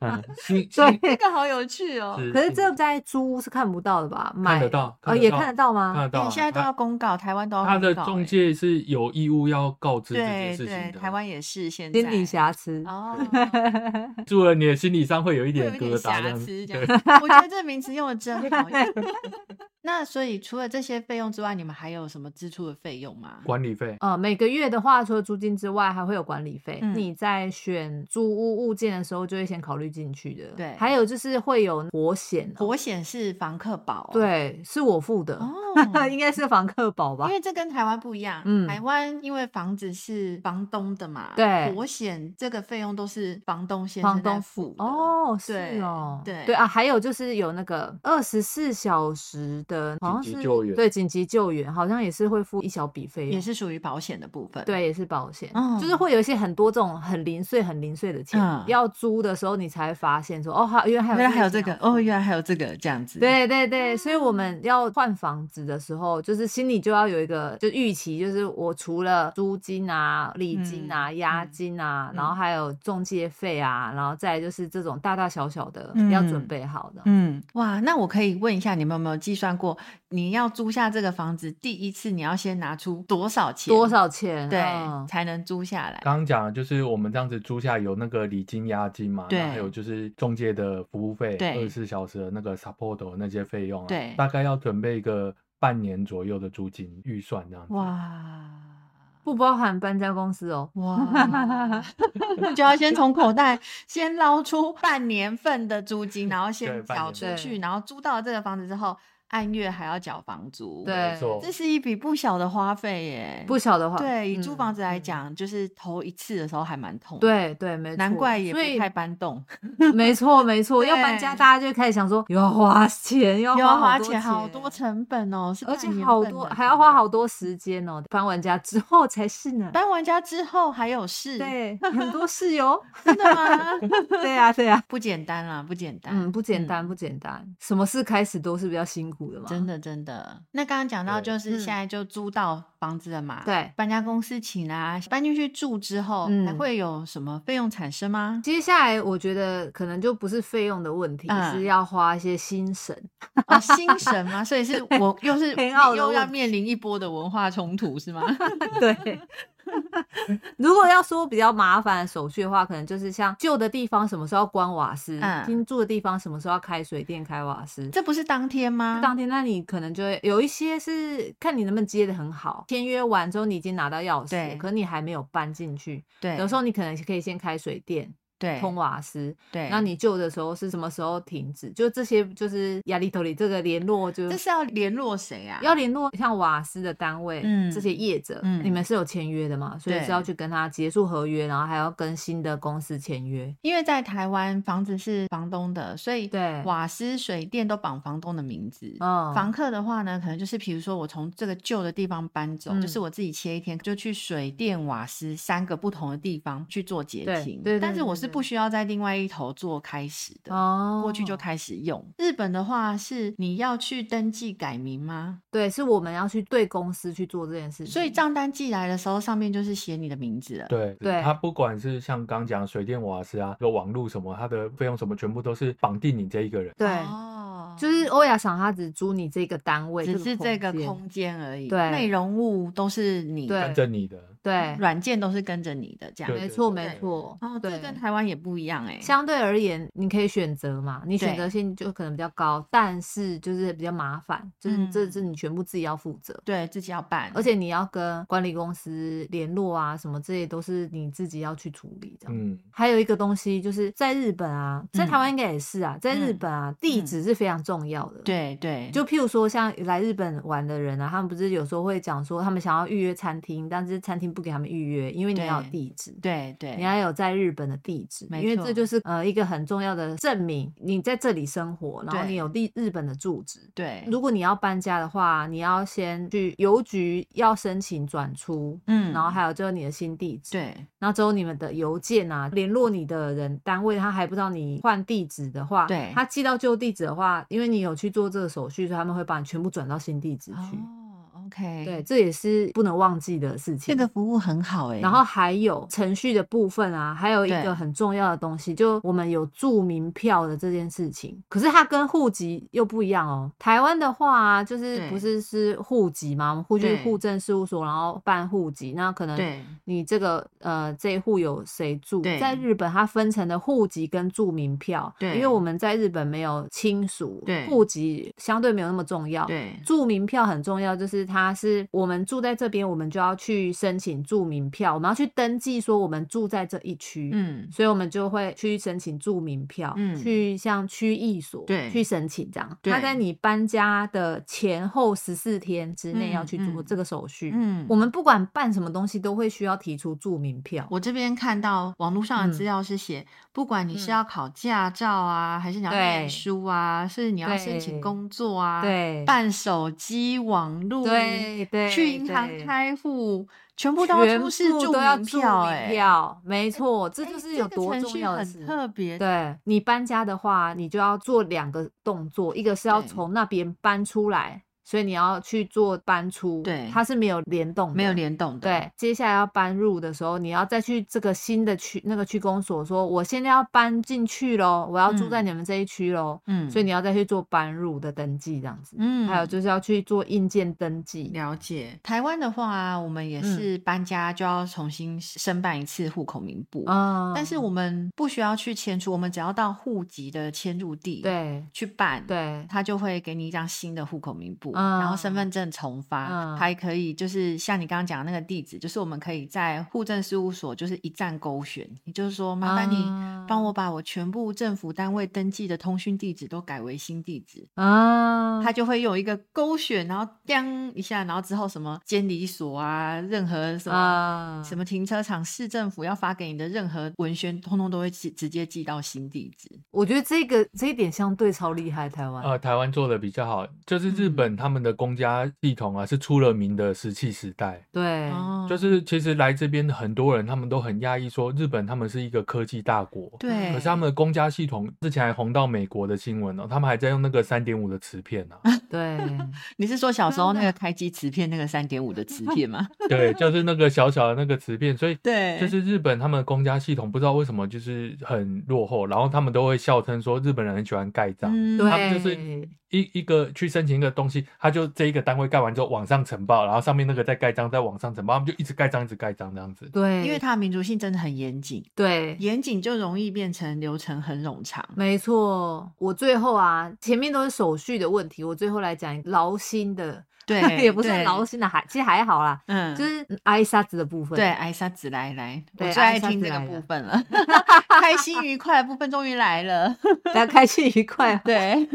Speaker 4: 嗯心
Speaker 2: 对
Speaker 4: 心，
Speaker 1: 这个好有趣哦。
Speaker 4: 是
Speaker 2: 可是这在租屋是看不到的吧？买
Speaker 4: 看得到，
Speaker 2: 哦，也看得到吗？
Speaker 4: 看得
Speaker 1: 哎
Speaker 4: 到。啊
Speaker 1: 现在都要公告，台湾都要
Speaker 4: 他的
Speaker 1: 公告
Speaker 4: 中
Speaker 1: 哎
Speaker 4: 介是有义务要告知这件
Speaker 1: 对
Speaker 4: 事情
Speaker 1: 对，
Speaker 4: 的。
Speaker 1: 台湾也是现在
Speaker 2: 心理瑕疵。
Speaker 1: 哦，
Speaker 4: 住了你的心理上会有一
Speaker 1: 会
Speaker 4: 点
Speaker 1: 有一
Speaker 4: 疙
Speaker 1: 点
Speaker 4: 瘩，这
Speaker 1: 瑕
Speaker 4: 样
Speaker 1: 疵
Speaker 4: 子。
Speaker 1: 这
Speaker 4: 对
Speaker 1: 样。 我觉得这名词用的真好。 那所以除了这些费用之外，你们还有什么支出的费用吗？
Speaker 4: 管理费，
Speaker 2: 呃，每个月的话，除了租金之外，还会有管理费。
Speaker 1: 嗯
Speaker 2: 你在选租屋物件的时候，就会先考虑进去的。
Speaker 1: 对
Speaker 2: 还有就是会有活险哦、
Speaker 1: 活险是房客保哦，
Speaker 2: 对，是我付的，
Speaker 1: 哦
Speaker 2: 应该是房客保吧
Speaker 1: 因？为这跟台湾不一样，
Speaker 2: 嗯
Speaker 1: 台湾因为房子是房东的嘛，
Speaker 2: 对
Speaker 1: 保险这个费用都是房东先
Speaker 2: 房
Speaker 1: 生
Speaker 2: 东
Speaker 1: 在付的，
Speaker 2: 哦，是
Speaker 1: 对
Speaker 2: 哦，
Speaker 1: 对
Speaker 2: 啊，还有就是有那个二十四小时的，好像
Speaker 4: 紧急
Speaker 2: 是
Speaker 4: 救援
Speaker 2: 对紧急救援，好像也是会付一小笔费用，
Speaker 1: 也是属于保险的部分。，
Speaker 2: 对，也是保险，
Speaker 1: 嗯
Speaker 2: 就是会有一些很多这种很零碎、很零碎的钱，
Speaker 1: 嗯
Speaker 2: 要租的时候你才发现说，哦，还原来还有嗯
Speaker 1: 原来还有
Speaker 2: 钱
Speaker 1: 这
Speaker 2: 要
Speaker 1: 个，哦，原来还有这个这样子。，
Speaker 2: 对对对，所以我们要换房子的时候，就是心里就要有一个就预期，就是我除了租金啊、礼金啊、
Speaker 1: 嗯
Speaker 2: 押
Speaker 1: 嗯
Speaker 2: 金啊，
Speaker 1: 嗯
Speaker 2: 然后还有中介费啊，然后再来就是这种大大小小的、
Speaker 1: 嗯
Speaker 2: 要准备好的。
Speaker 1: 嗯，哇，那我可以问一下，你们有没有计算过，你要租下这个房子，第一次你要先拿出多少钱？
Speaker 2: 多？少钱？
Speaker 1: 对，
Speaker 2: 嗯
Speaker 1: 才能租下来？
Speaker 4: 刚刚讲的就是我们这样子租下有那个礼金、押金嘛，
Speaker 1: 对
Speaker 4: 然后还有就是中介的服务费，
Speaker 1: 对
Speaker 4: 二十四小时的那个 support 的那些费用啊，
Speaker 1: 对
Speaker 4: 大概要准备一个半年左右的租金预算这样子。
Speaker 1: 哇
Speaker 2: 不包含搬家公司哦。
Speaker 1: 哇， 那就要先从口袋先捞出半年份的租金，然后
Speaker 4: 对
Speaker 1: 先
Speaker 4: 半
Speaker 1: 缴
Speaker 4: 年
Speaker 1: 出
Speaker 2: 份
Speaker 1: 去，然后租到了这个房子之后，按月还要缴房租。
Speaker 2: 对
Speaker 4: 没，错
Speaker 1: 这是一笔不小的花费耶。
Speaker 2: 不小的话，
Speaker 1: 对，以租
Speaker 2: 嗯
Speaker 1: 房子来
Speaker 2: 嗯
Speaker 1: 讲，就是头一次的时候还蛮痛。，
Speaker 2: 对对，没错，
Speaker 1: 难怪也
Speaker 2: 所以
Speaker 1: 不太搬动，
Speaker 2: 没错没 错，要搬家
Speaker 1: 对
Speaker 2: 大家就会开始想说，又要花钱，又
Speaker 1: 又
Speaker 2: 要
Speaker 1: 要
Speaker 2: 花
Speaker 1: 花
Speaker 2: 好多
Speaker 1: 钱，啊好多成本哦，是
Speaker 2: 而且
Speaker 1: 半年
Speaker 2: 好
Speaker 1: 份
Speaker 2: 多
Speaker 1: 的
Speaker 2: 还要花好多时间哦，搬完家之后 才是呢。
Speaker 1: 搬完家之后还有事，，
Speaker 2: 对，很多事哟。
Speaker 1: 真的吗？
Speaker 2: 对呀、啊，对呀、啊。
Speaker 1: 不简单啦，不简单。
Speaker 2: 嗯，不简单，不简单。什么事开始都是比较辛苦的嘛。
Speaker 1: 真的
Speaker 2: 的。
Speaker 1: 真的，那刚刚讲到
Speaker 4: 对
Speaker 1: 就是现
Speaker 2: 嗯
Speaker 1: 在就租到房子了嘛，，
Speaker 2: 对，
Speaker 1: 搬家公司请啦、搬进去住之后、还
Speaker 2: 嗯
Speaker 1: 会有什么费用产生吗？
Speaker 2: 接下来我觉得可能就不是费用的问题，
Speaker 1: 嗯
Speaker 2: 是要花一些 心神。
Speaker 1: 哦，心神吗？所以 是我又是
Speaker 2: 很好的
Speaker 1: 又要
Speaker 2: 问
Speaker 1: 面临一波的文化冲突是吗？
Speaker 2: 对。 如果要说比较麻烦的手续的话，可能就是像旧的地方什么时候要关瓦斯，
Speaker 1: 嗯
Speaker 2: 新住的地方什么时候要开水电、开瓦斯，
Speaker 1: 这不是当天吗？
Speaker 2: 当天，那你可能就会有一些是看你能不能接的很好。签约完之后，你已经拿到钥
Speaker 1: 对
Speaker 2: 匙，可你还没有搬进去。
Speaker 1: 对，
Speaker 2: 有时候你可能可以先开水电、
Speaker 1: 对
Speaker 2: 通瓦斯。
Speaker 1: 对，
Speaker 2: 那你旧的时候是什么时候停止？就这些，就是压力头里这个联络就
Speaker 1: 这是要联络谁啊？
Speaker 2: 要联络像瓦斯的单位，
Speaker 1: 嗯
Speaker 2: 这些业者，
Speaker 1: 嗯
Speaker 2: 你们是有签约的嘛？所以
Speaker 1: 对
Speaker 2: 是要去跟他结束合约，然后还要跟新的公司签约。
Speaker 1: 因为在台湾房子是房东的，所以
Speaker 2: 对
Speaker 1: 瓦斯、水电都绑房东的名字。
Speaker 2: 嗯
Speaker 1: 房客的话呢，可能就是比如说我从这个旧的地方搬走，
Speaker 2: 嗯
Speaker 1: 就是我自己切一天，就去水电、瓦斯三个不同的地方去做结
Speaker 2: 对
Speaker 1: 清。
Speaker 2: 对对
Speaker 1: 但是我是
Speaker 2: 对
Speaker 1: 不需要在另外一头做开始的。
Speaker 2: 哦，
Speaker 1: 过去就开始用。日本的话是你要去登记改名吗？
Speaker 2: 对，是我们要去对公司去做这件事情，
Speaker 1: 所以账单寄来的时候，上面就是写你的名字了。
Speaker 4: 对
Speaker 2: 嗯对
Speaker 4: 它不管是像刚讲水电瓦斯啊，这个网络什么，它的费用什么，全部都是绑定你这一个人。
Speaker 2: 对，
Speaker 1: 哦
Speaker 2: 就是欧亚赏他只租你这个单位，
Speaker 1: 只是这个
Speaker 2: 空间，
Speaker 1: 空间而已，
Speaker 2: 对
Speaker 1: 内容物都是你的，
Speaker 2: 对
Speaker 4: 跟着你的，
Speaker 2: 对，
Speaker 1: 软件都是跟着你的这样
Speaker 4: 对。
Speaker 2: 没错
Speaker 1: 对
Speaker 2: 没错，
Speaker 1: 哦，这
Speaker 2: 对。
Speaker 1: 跟台湾也不一样哎、
Speaker 2: 相对而言，你可以选择嘛，你选
Speaker 1: 对
Speaker 2: 择性就可能比较高，但是就是比较麻烦，就是
Speaker 1: 嗯
Speaker 2: 这是你全部自己要负责，
Speaker 1: 对自己要办，
Speaker 2: 而且你要跟管理公司联络啊，什么这些都是你自己要去处理这样。
Speaker 4: 嗯，
Speaker 2: 还有一个东西就是在日本啊，在台湾应该也是啊，在日
Speaker 1: 嗯
Speaker 2: 本啊，地址是非常重要的。。
Speaker 1: 对对，
Speaker 2: 就譬如说，像来日本玩的人啊，他们不是有时候会讲说，他们想要预约餐厅，但是餐厅不给他们预约，因为你要有
Speaker 1: 对
Speaker 2: 地址。
Speaker 1: 对对，
Speaker 2: 你要有在日本的地址，
Speaker 1: 没
Speaker 2: 因为
Speaker 1: 错
Speaker 2: 这就是呃一个很重要的证明，你在这里生活，然后
Speaker 1: 对
Speaker 2: 你有地日本的住址。
Speaker 1: 对，
Speaker 2: 如果你要搬家的话，你要先去邮局要申请转出，
Speaker 1: 嗯
Speaker 2: 然后还有就是你的新地址，，
Speaker 1: 对
Speaker 2: 然后之后你们的邮件啊，联络你的人单位他还不知道你换地址的话，
Speaker 1: 对
Speaker 2: 他寄到旧地址的话，因为你有去做这个手续，所以他们会把你全部转到新地址去。
Speaker 1: 哦，OK，
Speaker 2: 对，，这也是不能忘记的事情。
Speaker 1: 这个服务很好哎、
Speaker 2: 然后还有程序的部分啊，还有一
Speaker 1: 对
Speaker 2: 个很重要的东西，就我们有注名票的这件事情。可是它跟户籍又不一样哦。台湾的话、啊，就是
Speaker 1: 对
Speaker 2: 不是是户籍嘛？我们会去
Speaker 1: 对
Speaker 2: 户政事务所，然后办户籍。那可能
Speaker 1: 对
Speaker 2: 你这个呃这一户有谁住？
Speaker 1: 对
Speaker 2: 在日本，它分成了户籍跟住民票。
Speaker 1: 对
Speaker 2: 因为我们在日本没有亲属，
Speaker 1: 对
Speaker 2: 户籍相对没有那么重要。
Speaker 1: 对
Speaker 2: 住民票很重要，就是它是我们住在这边，我们就要去申请住民票，我们要去登记说我们住在这一区，，
Speaker 1: 嗯
Speaker 2: 所以我们就会去申请住民票，
Speaker 1: 嗯
Speaker 2: 去像区役所
Speaker 1: 对
Speaker 2: 去申请这样。
Speaker 1: 对
Speaker 2: 他在你搬家的前后十四天之内
Speaker 1: 嗯
Speaker 2: 要去做
Speaker 1: 嗯
Speaker 2: 这个手续。
Speaker 1: 嗯，
Speaker 2: 我们不管办什么东西，都会需要提出住民票。
Speaker 1: 我这边看到网络上的资
Speaker 2: 嗯
Speaker 1: 料是写，不管你是
Speaker 2: 嗯
Speaker 1: 要考驾照啊，还是你要
Speaker 2: 对
Speaker 1: 念书啊，是你要申
Speaker 2: 对
Speaker 1: 请工作啊，，
Speaker 2: 对，
Speaker 1: 办手机网络，
Speaker 2: 对对
Speaker 1: 去银行
Speaker 2: 对
Speaker 1: 开户，全部都要出示
Speaker 2: 全部
Speaker 1: 住
Speaker 2: 都要
Speaker 1: 民
Speaker 2: 注
Speaker 1: 票、
Speaker 2: 明
Speaker 1: 欸，
Speaker 2: 票，没错，这
Speaker 1: 哎
Speaker 2: 就是有
Speaker 1: 个
Speaker 2: 多
Speaker 1: 程
Speaker 2: 重
Speaker 1: 序
Speaker 2: 要的事。
Speaker 1: 很特别，
Speaker 2: 对你搬家的话，你就要做两个动作，一个是要
Speaker 1: 对
Speaker 2: 从那边搬出来，所以你要去做搬出，
Speaker 1: 对
Speaker 2: 它是没有联动的，
Speaker 1: 没有联动的，
Speaker 2: 对，接下来要搬入的时候，你要再去这个新的区那个区公所说，我现在要搬进去喽，我要住在
Speaker 1: 嗯
Speaker 2: 你们这一区喽，
Speaker 1: 嗯，
Speaker 2: 所以你要再去做搬入的登记，这样子，
Speaker 1: 嗯，
Speaker 2: 还有就是要去做印件登记，
Speaker 1: 了解。台湾的话、啊我们也
Speaker 2: 嗯
Speaker 1: 是搬家就要重新申办一次户口名簿，
Speaker 2: 嗯，
Speaker 1: 但是我们不需要去迁出，我们只要到户籍的迁入地
Speaker 2: 对
Speaker 1: 去办，，
Speaker 2: 对
Speaker 1: 他就会给你一张新的户口名簿，
Speaker 2: 嗯
Speaker 1: 然后身份证重发，
Speaker 2: 嗯
Speaker 1: 还可以就是像你刚刚讲的那个地址，就是我们可以在户政事务所就是一站勾选，也就是说麻烦
Speaker 2: 嗯
Speaker 1: 你
Speaker 2: 啊
Speaker 1: 帮我把我全部政府单位登记的通讯地址都改为新地址，
Speaker 2: 啊，
Speaker 1: 它就会有一个勾选，然后当一下，然后之后什么监理所啊，任何什么。
Speaker 2: 啊
Speaker 1: 什么停车场、市政府要发给你的任何文宣，通通都会直直接寄到新地址。
Speaker 2: 我觉得这个这一点相对超厉害，台湾。
Speaker 4: 呃，台湾做的比较好，就是日
Speaker 1: 嗯
Speaker 4: 本他们的公家系统啊，是出了名的石器时代。
Speaker 2: 对，
Speaker 1: 哦
Speaker 4: 就是其实来这边的很多人，他们都很讶异，说日本他们是一个科技大国，
Speaker 1: 对，
Speaker 4: 可是他们的公家系统之前还红到美国的新闻哦，他们还在用那个三点五的磁片 呢、啊。
Speaker 2: 对，
Speaker 1: 你是说小时候
Speaker 2: 真
Speaker 1: 那
Speaker 2: 的
Speaker 1: 个开机磁片那个三点五的 磁片吗？
Speaker 4: 对，就是那个小小的那个磁片，所以
Speaker 1: 对
Speaker 4: 就是日本他们的公家系统不知道为什么就是很落后，然后他们都会笑称说日本人很喜欢盖章。
Speaker 1: 嗯，
Speaker 2: 对
Speaker 4: 他们就是一一个去申请一个东西，他就这一个单位盖完之后往上呈报，然后上面那个再盖章，再往上呈报，他们就一直盖章，一直盖章这样子。
Speaker 2: 对，
Speaker 1: 因为它的民族性真的很严谨，
Speaker 2: 对，
Speaker 1: 严谨就容易变成流程很冗长。
Speaker 2: 没错。我最后啊，前面都是手续的问题，我最后来讲一个劳心的，
Speaker 1: 对，
Speaker 2: 也不是
Speaker 1: 对
Speaker 2: 劳，心的，还其实还好啦，
Speaker 1: 嗯，
Speaker 2: 就是挨杀子的部分。
Speaker 1: 对，艾莎子来来，
Speaker 2: 对
Speaker 1: 我最爱
Speaker 2: 艾莎
Speaker 1: 听
Speaker 2: 子
Speaker 1: 这个
Speaker 2: 来
Speaker 1: 部
Speaker 2: 来
Speaker 1: 分 了，开心愉快的部分终于来了。。
Speaker 2: 大家开心愉快
Speaker 1: 对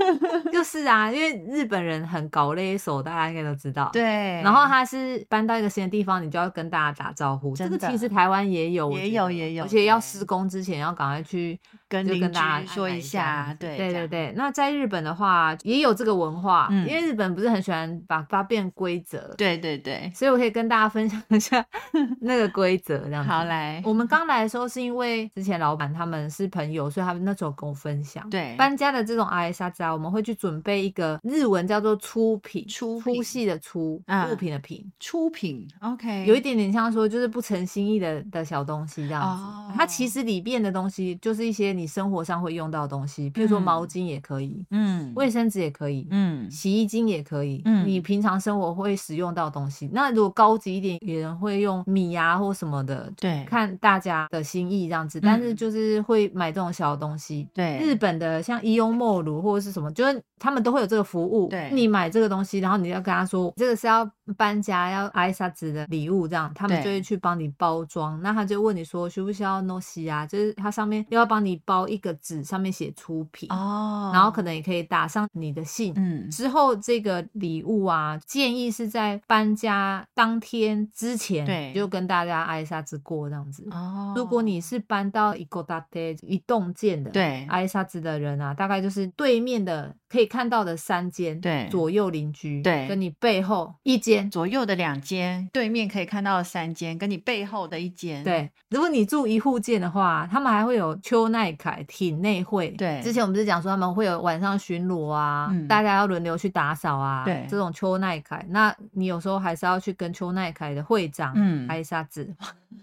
Speaker 2: 就是啊，因为日本人很搞勒手，大家应该都知道。
Speaker 1: 对，
Speaker 2: 然后他是搬到一个新的地方，你就要跟大家打招呼。这
Speaker 1: 真
Speaker 2: 个
Speaker 1: 的
Speaker 2: 其实台湾也有，我
Speaker 1: 也
Speaker 2: 觉
Speaker 1: 有
Speaker 2: 得
Speaker 1: 也有
Speaker 2: 而且要
Speaker 1: 对
Speaker 2: 施工之前要赶快去
Speaker 1: 跟
Speaker 2: 就
Speaker 1: 邻
Speaker 2: 跟大
Speaker 1: 居
Speaker 2: 家
Speaker 1: 说
Speaker 2: 安排
Speaker 1: 一
Speaker 2: 一下
Speaker 1: 下，对
Speaker 2: 对
Speaker 1: 这
Speaker 2: 对
Speaker 1: 样
Speaker 2: 对，那在日本的话也有这个文化，
Speaker 1: 嗯
Speaker 2: 因为日本不是很喜欢把它变规则，，
Speaker 1: 对对对，
Speaker 2: 所以我可以跟大家分享一下 那个规则，这样子
Speaker 1: 好来，
Speaker 2: 我们刚来的时候是因为之前老板他们是朋友，所以他们那时候跟我分享，
Speaker 1: 对
Speaker 2: 搬家的这种阿耶沙子啊，我们会去准备一个日文叫做出品，
Speaker 1: 出品
Speaker 2: 粗细的粗，
Speaker 1: 嗯
Speaker 2: 物品的品，
Speaker 1: 出品，OK，
Speaker 2: 有一点点像说就是不成心意的的小东西这样子。
Speaker 1: 哦
Speaker 2: 它其实里面的东西就是一些你生活上会用到的东西，譬如说
Speaker 1: 嗯
Speaker 2: 毛巾也可以，
Speaker 1: 嗯
Speaker 2: 卫生纸也可以，
Speaker 1: 嗯
Speaker 2: 洗衣精也可以，
Speaker 1: 嗯
Speaker 2: 你平常生活会使用到的东西。那如果高级一点，有人会用米啊或什么的，
Speaker 1: 对
Speaker 2: 看大家的心意这样子。但是就是会买这种小东西。
Speaker 1: 嗯对
Speaker 2: 日本的像伊欧莫鲁或者是什么，就是他们都会有这个服务。
Speaker 1: 对
Speaker 2: 你买这个东西，然后你要跟他说这个是要搬家要挨沙子的礼物，这样他们
Speaker 1: 对
Speaker 2: 就会去帮你包装。那他就问你说需不需要 no 西啊？就是他上面又要帮你包一个纸，上面写出品。
Speaker 1: 哦，
Speaker 2: 然后可能也可以打上你的信，
Speaker 1: 嗯
Speaker 2: 之后这个礼物啊，建议是在搬家当天之前，
Speaker 1: 对
Speaker 2: 就跟大家挨沙子过这样子。
Speaker 1: 哦，
Speaker 2: 如果你是搬到一个大街一栋建的，。
Speaker 1: 对
Speaker 2: 挨沙子的人啊，大概就是对面的可以看到的三间，
Speaker 1: 对
Speaker 2: 左右邻居，
Speaker 1: 对
Speaker 2: 跟你背后一间，
Speaker 1: 左右的两间，对面可以看到三间，跟你背后的一间，
Speaker 2: 对。如果你住一户建的话，他们还会有秋奈凯町内会，
Speaker 1: 对
Speaker 2: 之前我们不是讲说他们会有晚上巡逻啊，
Speaker 1: 嗯
Speaker 2: 大家要轮流去打扫啊，
Speaker 1: 对
Speaker 2: 这种秋奈凯，那你有时候还是要去跟秋奈凯的会长，
Speaker 1: 嗯
Speaker 2: 挨沙子，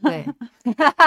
Speaker 2: 对，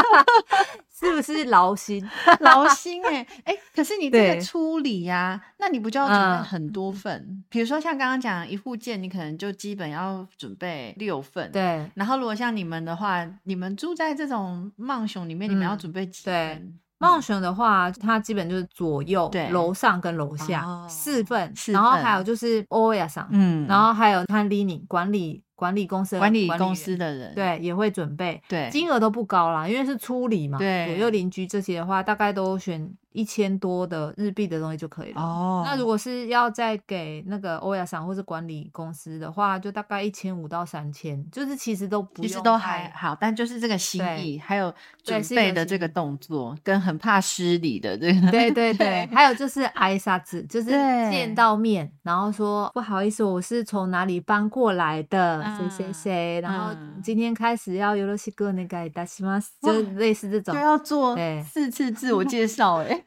Speaker 2: 是不是劳心？
Speaker 1: 劳心哎、哎、可是你这
Speaker 2: 对
Speaker 1: 个处理呀、那你不就要准
Speaker 2: 嗯
Speaker 1: 备很多份？比如说像刚刚讲一户件，你可能就基本要准备六份。。
Speaker 2: 对，
Speaker 1: 然后如果像你们的话，你们住在这种曼熊里面，你们要
Speaker 2: 嗯
Speaker 1: 准备几
Speaker 2: 对
Speaker 1: 份？
Speaker 2: 梦熊的话，它基本就是左右
Speaker 1: 对、
Speaker 2: 楼上跟楼下
Speaker 1: 哦
Speaker 2: 四份，
Speaker 1: 四
Speaker 2: 然后
Speaker 1: 份
Speaker 2: 还有就是欧亚上，
Speaker 1: 嗯
Speaker 2: 然后还有他 l i 管理管理公司的
Speaker 1: 管理
Speaker 2: 员
Speaker 1: 公司的人，
Speaker 2: 对也会准备，
Speaker 1: 对
Speaker 2: 金额都不高啦，因为是初理嘛，
Speaker 1: 对
Speaker 2: 左右邻居这些的话，大概都选一千多的日币的东西就可以了。
Speaker 1: 哦，
Speaker 2: 那如果是要再给那个欧亚商或是管理公司的话，就大概一千五到三千，就是其实都不
Speaker 1: 其实
Speaker 2: 用
Speaker 1: 都
Speaker 2: 太
Speaker 1: 还好，但就是这个心
Speaker 2: 对
Speaker 1: 意，还有
Speaker 2: 对
Speaker 1: 准
Speaker 2: 是一个
Speaker 1: 备的这
Speaker 2: 心
Speaker 1: 个
Speaker 2: 意
Speaker 1: 动作，跟很怕失礼的这个，
Speaker 2: 对 对对，还有就是挨沙子，就是
Speaker 1: 对
Speaker 2: 见到面，然后说不好意思，我是从哪里搬过来的，谁
Speaker 1: 嗯
Speaker 2: 谁谁，然后
Speaker 1: 嗯
Speaker 2: 今天开始要有ろしくお願いいたします，
Speaker 1: 哇哦
Speaker 2: 就类似这
Speaker 1: 就
Speaker 2: 种。
Speaker 1: 要做
Speaker 2: 对
Speaker 1: 四次自我介绍、哎，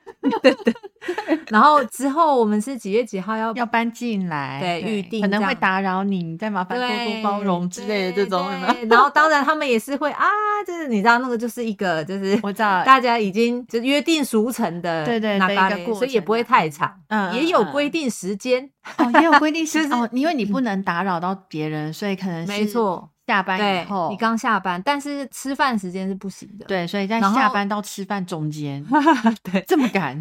Speaker 2: 然后之后我们是几月几号 要
Speaker 1: 要搬进来，
Speaker 2: 对预定
Speaker 1: 可能
Speaker 2: 这
Speaker 1: 会
Speaker 2: 样
Speaker 1: 打扰你，再麻烦多多包容之类的这种，有没有
Speaker 2: 对对然后当然他们也是会啊，就是你知道那个就是一个就是
Speaker 1: 我知道
Speaker 2: 大家已经就约定俗成的
Speaker 1: 对对
Speaker 2: 那
Speaker 1: 的一个
Speaker 2: 咖喱
Speaker 1: 过
Speaker 2: 所以也
Speaker 1: 程
Speaker 2: 不会
Speaker 1: 啊
Speaker 2: 太长，
Speaker 1: 嗯
Speaker 2: 也有
Speaker 1: 嗯嗯
Speaker 2: 规定时间，
Speaker 1: 哦，也有规 定是、
Speaker 2: 就是嗯
Speaker 1: 哦，因为你不能打扰到别人，所以可能
Speaker 2: 没
Speaker 1: 是
Speaker 2: 错，
Speaker 1: 下班
Speaker 2: 对
Speaker 1: 以后，
Speaker 2: 你刚下班，但是吃饭时间是不行的。
Speaker 1: 对，所以在
Speaker 2: 然
Speaker 1: 下
Speaker 2: 后
Speaker 1: 班到吃饭中间
Speaker 2: 对，
Speaker 1: 这么 赶，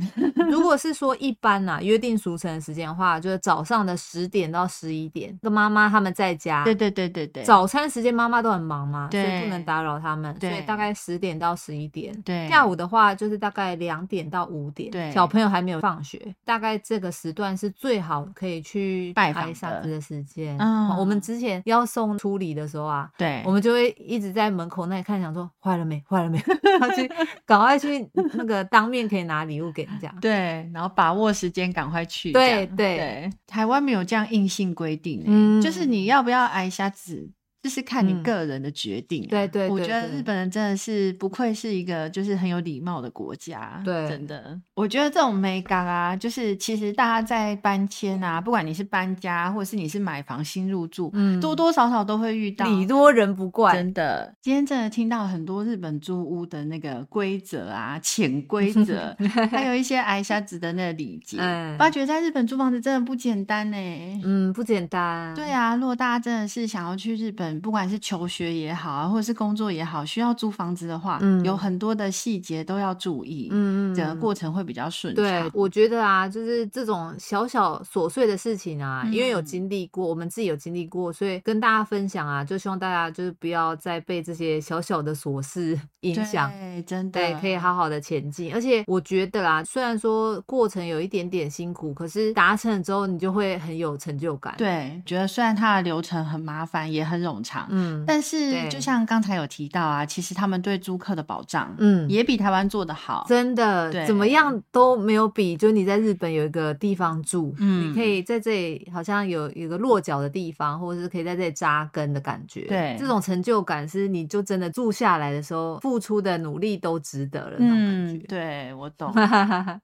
Speaker 2: 如果是说一般呐、约定俗成的时间的话，就是早上的十点到十一点，跟妈妈他们在家。
Speaker 1: 对对对对对，
Speaker 2: 早餐时间妈妈都很忙嘛，所
Speaker 1: 对
Speaker 2: 以不能打扰他们，所
Speaker 1: 对
Speaker 2: 以大概十点到十一点。
Speaker 1: 对
Speaker 2: 下午的话就是大概两点到五点，
Speaker 1: 对
Speaker 2: 小朋友还没有放学，大概这个时段是最好可以去
Speaker 1: 拜访
Speaker 2: 挨沙
Speaker 1: 的
Speaker 2: 子的时间。
Speaker 1: 嗯
Speaker 2: 我们之前要送处理的时候啊，
Speaker 1: 对，
Speaker 2: 我们就会一直在门口那里看，想说坏了没， 坏了没，然后去赶快去那个当面可以拿礼物给人家。
Speaker 1: 对，然后把握时间，赶快去这
Speaker 2: 对
Speaker 1: 样。
Speaker 2: 对
Speaker 1: 台湾没有这样硬性规定欸、
Speaker 2: 嗯
Speaker 1: 就是你要不要挨一下子，就是看你
Speaker 2: 嗯
Speaker 1: 个人的决定啊、
Speaker 2: 对对
Speaker 1: 我
Speaker 2: 对
Speaker 1: 觉得
Speaker 2: 对
Speaker 1: 日本人真的是不愧是一个就是很有礼貌的国家，
Speaker 2: 对
Speaker 1: 真的。我觉得这种美感啊，就是其实大家在搬迁啊，不管你是搬家，或者是你是买房新入住，
Speaker 2: 嗯
Speaker 1: 多多少少都会遇到。
Speaker 2: 礼多人不怪，
Speaker 1: 真的，今天真的听到很多日本租屋的那个规则啊、潜规 则，还有一些挨沙子的那个礼节
Speaker 2: 嗯，
Speaker 1: 发觉在日本租房子真的不简单呢、
Speaker 2: 嗯，不简单。
Speaker 1: 对，啊，如果大家真的是想要去日本，不管是求学也好啊，或者是工作也好，需要租房子的话，
Speaker 2: 嗯
Speaker 1: 有很多的细节都要注意，
Speaker 2: 嗯嗯，
Speaker 1: 整个
Speaker 2: 嗯
Speaker 1: 过程会比较顺
Speaker 2: 对
Speaker 1: 畅。，
Speaker 2: 我觉得啊，就是这种小小琐碎的事情啊，因为有
Speaker 1: 嗯
Speaker 2: 经历过，我们自己有经历过，所以跟大家分享啊，就希望大家就是不要再被这些小小的琐事 影响。
Speaker 1: 对，真的
Speaker 2: 对，可以好好的前进。而且我觉得啦，虽然说过程有一点点辛苦，可是达成了之后，你就会很有成就感。
Speaker 1: 对，觉得虽然它的流程很麻烦，也很冗农场。
Speaker 2: 嗯，
Speaker 1: 但是
Speaker 2: 对
Speaker 1: 就像刚才有提到啊，其实他们对租客的保障，
Speaker 2: 嗯
Speaker 1: 也比台湾做得好。
Speaker 2: 真的
Speaker 1: 对
Speaker 2: 怎么样都没有比，就是你在日本有一个地方住，
Speaker 1: 嗯
Speaker 2: 你可以在这里好像有有一个落脚的地方，或者是可以在这里扎根的感觉。
Speaker 1: 对
Speaker 2: 这种成就感是你就真的住下来的时候，付出的努力都值得了那种
Speaker 1: 嗯
Speaker 2: 感，觉。
Speaker 1: 对我懂。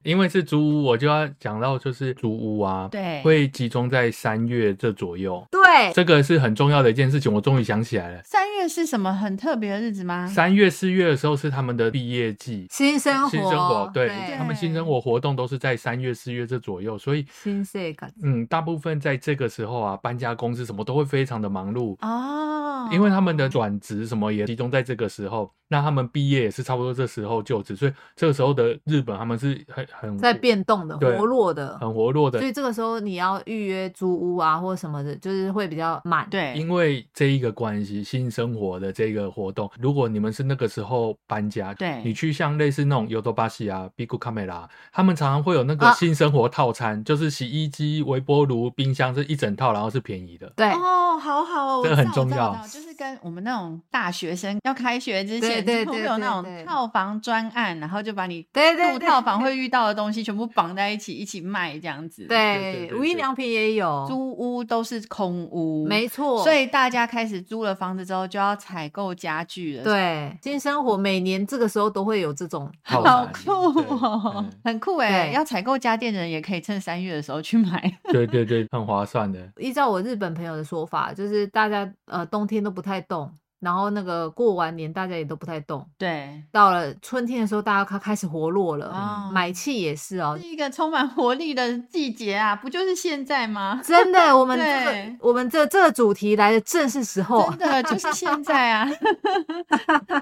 Speaker 4: 因为是租屋，我就要讲到就是租屋啊，
Speaker 1: 对
Speaker 4: 会集中在三月这左右，
Speaker 2: 对
Speaker 4: 这个是很重要的一件事情。我终于想起来了，
Speaker 1: 三月是什么很特别的日子吗？
Speaker 4: 三月、四月的时候是他们的毕业季。
Speaker 2: 啊新生活，
Speaker 4: 新生活，对他们新生活活动都是在三月、四月这左右，所以
Speaker 2: 新世感。
Speaker 4: 嗯，大部分在这个时候啊，搬家公司什么都会非常的忙碌，
Speaker 1: 哦，
Speaker 4: 因为他们的转职什么也集中在这个时候，那他们毕业也是差不多这时候就职，所以这个时候的日本他们是很很
Speaker 2: 在变动的、
Speaker 4: 对
Speaker 2: 活络的，
Speaker 4: 嗯很活络的
Speaker 2: 所，以这个时候你要预约租屋啊或什么的，就是会比较满。，
Speaker 1: 对
Speaker 4: 因为这一个关系，新生活的这个活动，如果你们是那个时候搬家，
Speaker 1: 对
Speaker 4: 你去像类似那种尤多巴西啊、Bigu Camera，他们常常会有那个
Speaker 2: 啊
Speaker 4: 新生活套餐，就是洗衣机、微波炉、冰箱这一整套，然后是便宜的。
Speaker 2: 对，
Speaker 1: 哦，好好哦，
Speaker 4: 这个
Speaker 1: 我知
Speaker 4: 很
Speaker 1: 道我
Speaker 4: 重
Speaker 1: 知道
Speaker 4: 要
Speaker 1: 我知道就是跟我们那种大学生要开学之前，
Speaker 2: 对对
Speaker 1: 就会
Speaker 2: 对
Speaker 1: 有那
Speaker 2: 对对
Speaker 1: 种套房专案，然后就把你
Speaker 2: 对对
Speaker 1: 住
Speaker 2: 对
Speaker 1: 套房会遇到的东西全部绑在一起一起卖这样子。，
Speaker 4: 对
Speaker 2: 对，
Speaker 4: 对
Speaker 2: 无印良品也有，
Speaker 1: 租屋都是空屋，
Speaker 2: 没错。
Speaker 1: 所以大家开始租了房子之后就要采购家具了。，
Speaker 2: 对新生活每年这个时候都会有这种，
Speaker 4: 套
Speaker 1: 好
Speaker 4: 餐
Speaker 1: 酷哦，
Speaker 4: 嗯
Speaker 1: 很酷哎！
Speaker 2: 嗯对
Speaker 1: 要采购家电的人也可以趁三月的时候去 买。
Speaker 4: 对对对对，很划算的。
Speaker 2: 依照我日本朋友的说法，就是大家呃冬天都不太动，然后那个过完年大家也都不太动，
Speaker 1: 对，
Speaker 2: 到了春天的时候大家开开始活络了，
Speaker 1: 哦
Speaker 2: 嗯买气也是哦
Speaker 1: 是。一个充满活力的季节啊，不就是现在 吗？
Speaker 2: 真的，我们这
Speaker 1: 对
Speaker 2: 个我们这这个主题来的正是时候，
Speaker 1: 真的就是现在啊，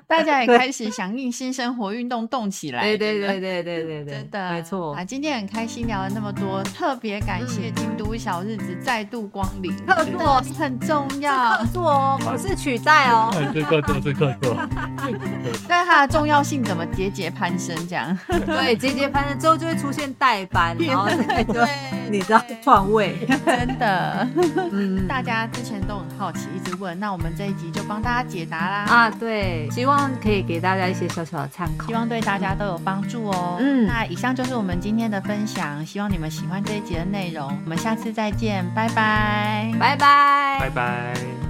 Speaker 1: 大家也开始响应新生活运动，动起来。
Speaker 2: 对对
Speaker 1: 真的
Speaker 2: 对对对对对，
Speaker 1: 真的
Speaker 2: 没错
Speaker 1: 啊！。今天很开心聊了那么多，特别感谢
Speaker 2: 嗯哦
Speaker 1: 京都小日子再度光临，
Speaker 2: 客
Speaker 1: 真的
Speaker 2: 座
Speaker 1: 很重要
Speaker 2: 是客。座哦，不是取 代哦。
Speaker 4: 这个做这个做，
Speaker 1: 但它的重要性怎么节节攀升？这样，
Speaker 2: 对，节节攀升之后就会出现代班，然 后再就 你知道
Speaker 1: 对
Speaker 2: 篡位。
Speaker 1: 真的，
Speaker 2: 嗯
Speaker 1: 大家之前都很好奇，一直问，那我们这一集就帮大家解答啦。
Speaker 2: 啊，对，希望可以给大家一些小小的参考
Speaker 1: 希。望对大家都有帮助哦。
Speaker 2: 嗯
Speaker 1: 那以上就是我们今天的分享，希望你们喜欢这一集的内容。我们下次再见，拜拜，
Speaker 2: 拜拜，
Speaker 4: 拜拜。